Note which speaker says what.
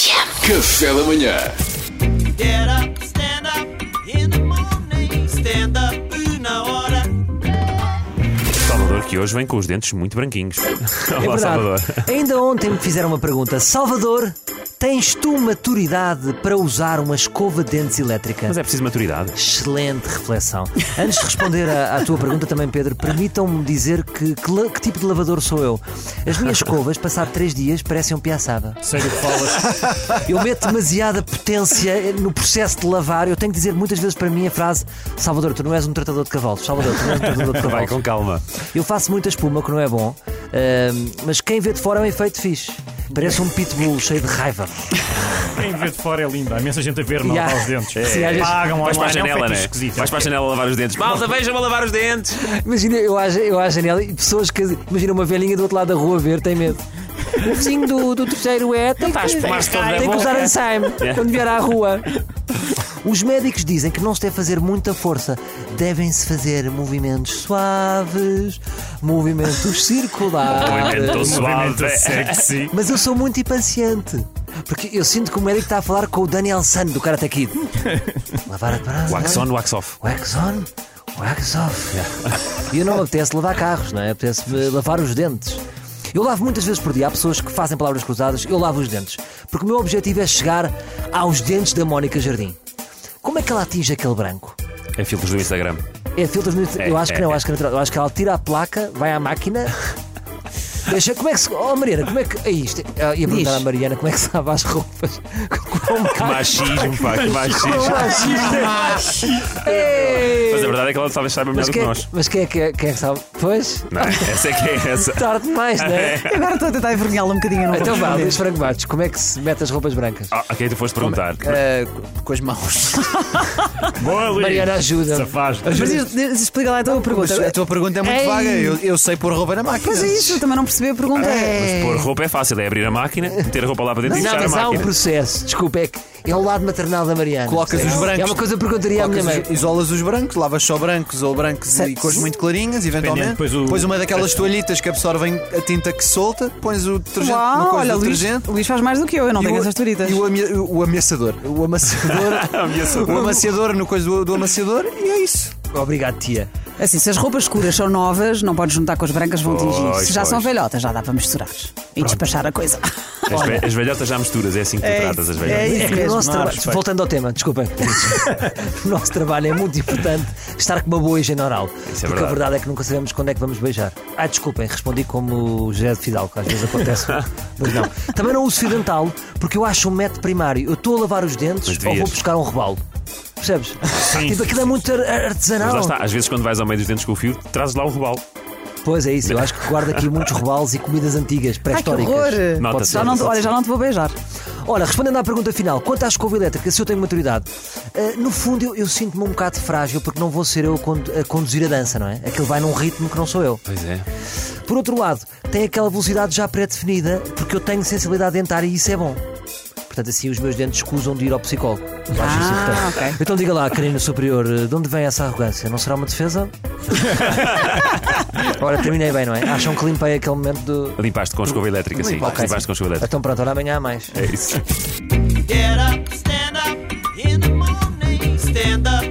Speaker 1: Café da manhã.
Speaker 2: Get up, stand up in the morning. Stand up na hora.
Speaker 3: Salvador, que hoje vem com os dentes muito branquinhos.
Speaker 4: É
Speaker 3: Olá,
Speaker 4: verdade.
Speaker 3: Salvador.
Speaker 4: Ainda ontem me fizeram uma pergunta. Salvador, tens tu maturidade para usar uma escova de dentes elétrica?
Speaker 3: Mas é preciso maturidade.
Speaker 4: Excelente reflexão. Antes de responder à, à tua pergunta também, Pedro, permitam-me dizer que, que, la- que tipo de lavador sou eu. As minhas escovas, passado três dias, parecem um piaçaba.
Speaker 5: Sério que falas?
Speaker 4: Eu meto demasiada potência no processo de lavar. Eu tenho que dizer muitas vezes para mim a frase Salvador, tu não és um tratador de cavalos. Salvador, tu não és um tratador de
Speaker 3: Vai
Speaker 4: cavalos.
Speaker 3: com calma.
Speaker 4: Eu faço muita espuma, que não é bom, ahm, mas quem vê de fora é um efeito fixe. Parece um pitbull cheio de raiva.
Speaker 5: Quem vê de fora é linda. Há imensa gente a ver, não
Speaker 4: Yeah.
Speaker 5: está os dentes.
Speaker 4: É. Sim, às vezes-
Speaker 5: Pagam
Speaker 3: Vais para a
Speaker 5: online, é um
Speaker 3: janela,
Speaker 5: feitiço
Speaker 3: né?
Speaker 5: esquisito.
Speaker 3: Vais para a janela lavar os dentes. Malta, veja-me a lavar os dentes.
Speaker 4: Imagina, eu à, eu à janela e pessoas que. Imagina uma velhinha do outro lado da rua ver, tem medo. O vizinho do, do terceiro é. Tem que,
Speaker 3: espumar-se todo Tá, na
Speaker 4: tem que
Speaker 3: boca.
Speaker 4: usar ensaime quando vier à rua. Os médicos dizem que não se deve fazer muita força. Devem-se fazer movimentos suaves, movimentos circulares.
Speaker 3: Movimento
Speaker 5: Movimento
Speaker 3: suave.
Speaker 5: sexy.
Speaker 4: Mas eu sou muito impaciente. Porque eu sinto que o médico está a falar com o Daniel San do Karate Kid. Lavar a praça.
Speaker 3: Wax on, wax off.
Speaker 4: Wax on, wax off. E eu não me apetece lavar carros, não é? Apetece-me lavar os dentes. Eu lavo muitas vezes por dia. Há pessoas que fazem palavras cruzadas. Eu lavo os dentes. Porque o meu objetivo é chegar aos dentes da Mónica Jardim. Como é que ela atinge aquele branco?
Speaker 3: É filtros do Instagram.
Speaker 4: É filtros no... Eu
Speaker 3: É,
Speaker 4: acho que
Speaker 3: é,
Speaker 4: não,
Speaker 3: é.
Speaker 4: acho que é natural. Eu acho que ela tira a placa, vai à máquina. Deixa, como é que se. Oh Mariana, como é que. É isto. Eu ia perguntar à Mariana como é que se lava as roupas. Como é
Speaker 3: Que machismo, pá, que machismo. Mas a verdade é que ela talvez saiba melhor
Speaker 4: Mas
Speaker 3: do que
Speaker 4: quem é,
Speaker 3: nós.
Speaker 4: mas quem é, que é- quem é que sabe? Pois,
Speaker 3: Não, é? essa é que é essa.
Speaker 4: tarde demais, não é?
Speaker 6: Agora estou a tentar envergonhá-lo um bocadinho, eu não vou
Speaker 4: Então vá,
Speaker 6: responder.
Speaker 4: Luís Franco Matos, como é que se mete as roupas brancas?
Speaker 3: Ah, a quem tu foste perguntar?
Speaker 4: É.
Speaker 7: Ah,
Speaker 4: com as mãos.
Speaker 5: Boa, Luís.
Speaker 4: Mariana, ajuda-me.
Speaker 5: Safaz.
Speaker 6: Mas diz- diz- explica lá então a pergunta.
Speaker 7: Mas a tua pergunta é muito
Speaker 6: Ei.
Speaker 7: vaga. Eu, eu sei pôr roupa na máquina.
Speaker 6: Pois é isso, eu também não percebi a pergunta.
Speaker 3: Mas pôr roupa é fácil, é abrir a máquina, meter a roupa lá para dentro e
Speaker 4: Não,
Speaker 3: fechar a
Speaker 4: mas há um
Speaker 3: máquina.
Speaker 4: processo, desculpa, é que é o lado maternal da Mariana.
Speaker 7: Colocas os
Speaker 4: percebes?
Speaker 7: brancos.
Speaker 4: É uma coisa que eu perguntaria à minha
Speaker 7: Colocas
Speaker 4: mãe.
Speaker 7: os- isolas os brancos, lavas só brancos ou brancos e cores muito clarinhas, eventualmente.
Speaker 5: Dependendo, depois o-
Speaker 7: Pões uma daquelas toalhitas que absorvem a tinta que solta, pões o detergente uma
Speaker 6: Uau,
Speaker 7: coisa
Speaker 6: olha,
Speaker 7: do
Speaker 6: Luís,
Speaker 7: detergente.
Speaker 6: Luís faz mais do que eu, eu não
Speaker 7: e
Speaker 6: tenho
Speaker 7: o-
Speaker 6: essas toritas.
Speaker 7: E o, ame- o ameaçador. O amassador. o amaciador no coisa do, do amaciador e é isso.
Speaker 4: Obrigado, tia.
Speaker 6: Assim, se as roupas escuras são novas, não podes juntar com as brancas, vão tingir.
Speaker 3: Pois, É
Speaker 6: Se já são
Speaker 3: pois.
Speaker 6: velhotas, já dá para misturar e despachar a coisa.
Speaker 3: As, ve- as velhotas já misturas, é assim que tu
Speaker 6: É
Speaker 3: tratas
Speaker 6: isso,
Speaker 3: as velhotas.
Speaker 6: é isso.
Speaker 4: É que o
Speaker 6: mesmo,
Speaker 4: nosso
Speaker 5: não há
Speaker 4: traba-
Speaker 5: respeito.
Speaker 4: Voltando ao tema, desculpem. o nosso trabalho é muito importante estar com uma boa higiene oral.
Speaker 3: Isso é
Speaker 4: porque a
Speaker 3: verdade.
Speaker 4: verdade é que nunca sabemos quando é que vamos beijar. Ah, desculpem, respondi como o José de Fidalgo, que às vezes acontece, mas não. Também não uso fio dental, porque eu acho um método primário. Eu estou a lavar os dentes
Speaker 3: Mas
Speaker 4: ou vou
Speaker 3: devias.
Speaker 4: buscar um robalo. Percebes? tipo, aquilo é muito ar-
Speaker 3: Mas lá
Speaker 4: artesanal.
Speaker 3: está, às vezes quando vais ao meio dos dentes com o fio, trazes lá o robalo.
Speaker 4: Pois é isso, eu acho que guardo aqui muitos robalos e comidas antigas,
Speaker 6: Ai, que
Speaker 4: pré-históricas.
Speaker 6: horror!
Speaker 3: Nota-se.
Speaker 6: Já não, te- olha, já não te vou beijar.
Speaker 4: Ora, respondendo à pergunta final, quanto à escova elétrica, se eu tenho maturidade, eh, no fundo eu, eu sinto-me um bocado frágil porque não vou ser eu a, condu- a conduzir a dança, não é? Aquilo vai num ritmo que não sou eu.
Speaker 3: Pois é.
Speaker 4: Por outro lado, tem aquela velocidade já pré-definida porque eu tenho sensibilidade dentária e isso é bom. Portanto, assim os meus dentes escusam de ir ao psicólogo. Eu acho isso
Speaker 6: Ah,
Speaker 4: importante.
Speaker 6: ok.
Speaker 4: Então diga lá, querido superior, eh, de onde vem essa arrogância? Não será uma defesa? Ora, terminei bem, não é? Acham que limpei aquele momento do.
Speaker 3: Limpaste com escova elétrica, sim.
Speaker 7: Limpaste.
Speaker 3: Limpaste com escova elétrica.
Speaker 4: Então pronto, ora amanhã há mais.
Speaker 3: É isso.
Speaker 2: Get up, stand up in the morning. Stand up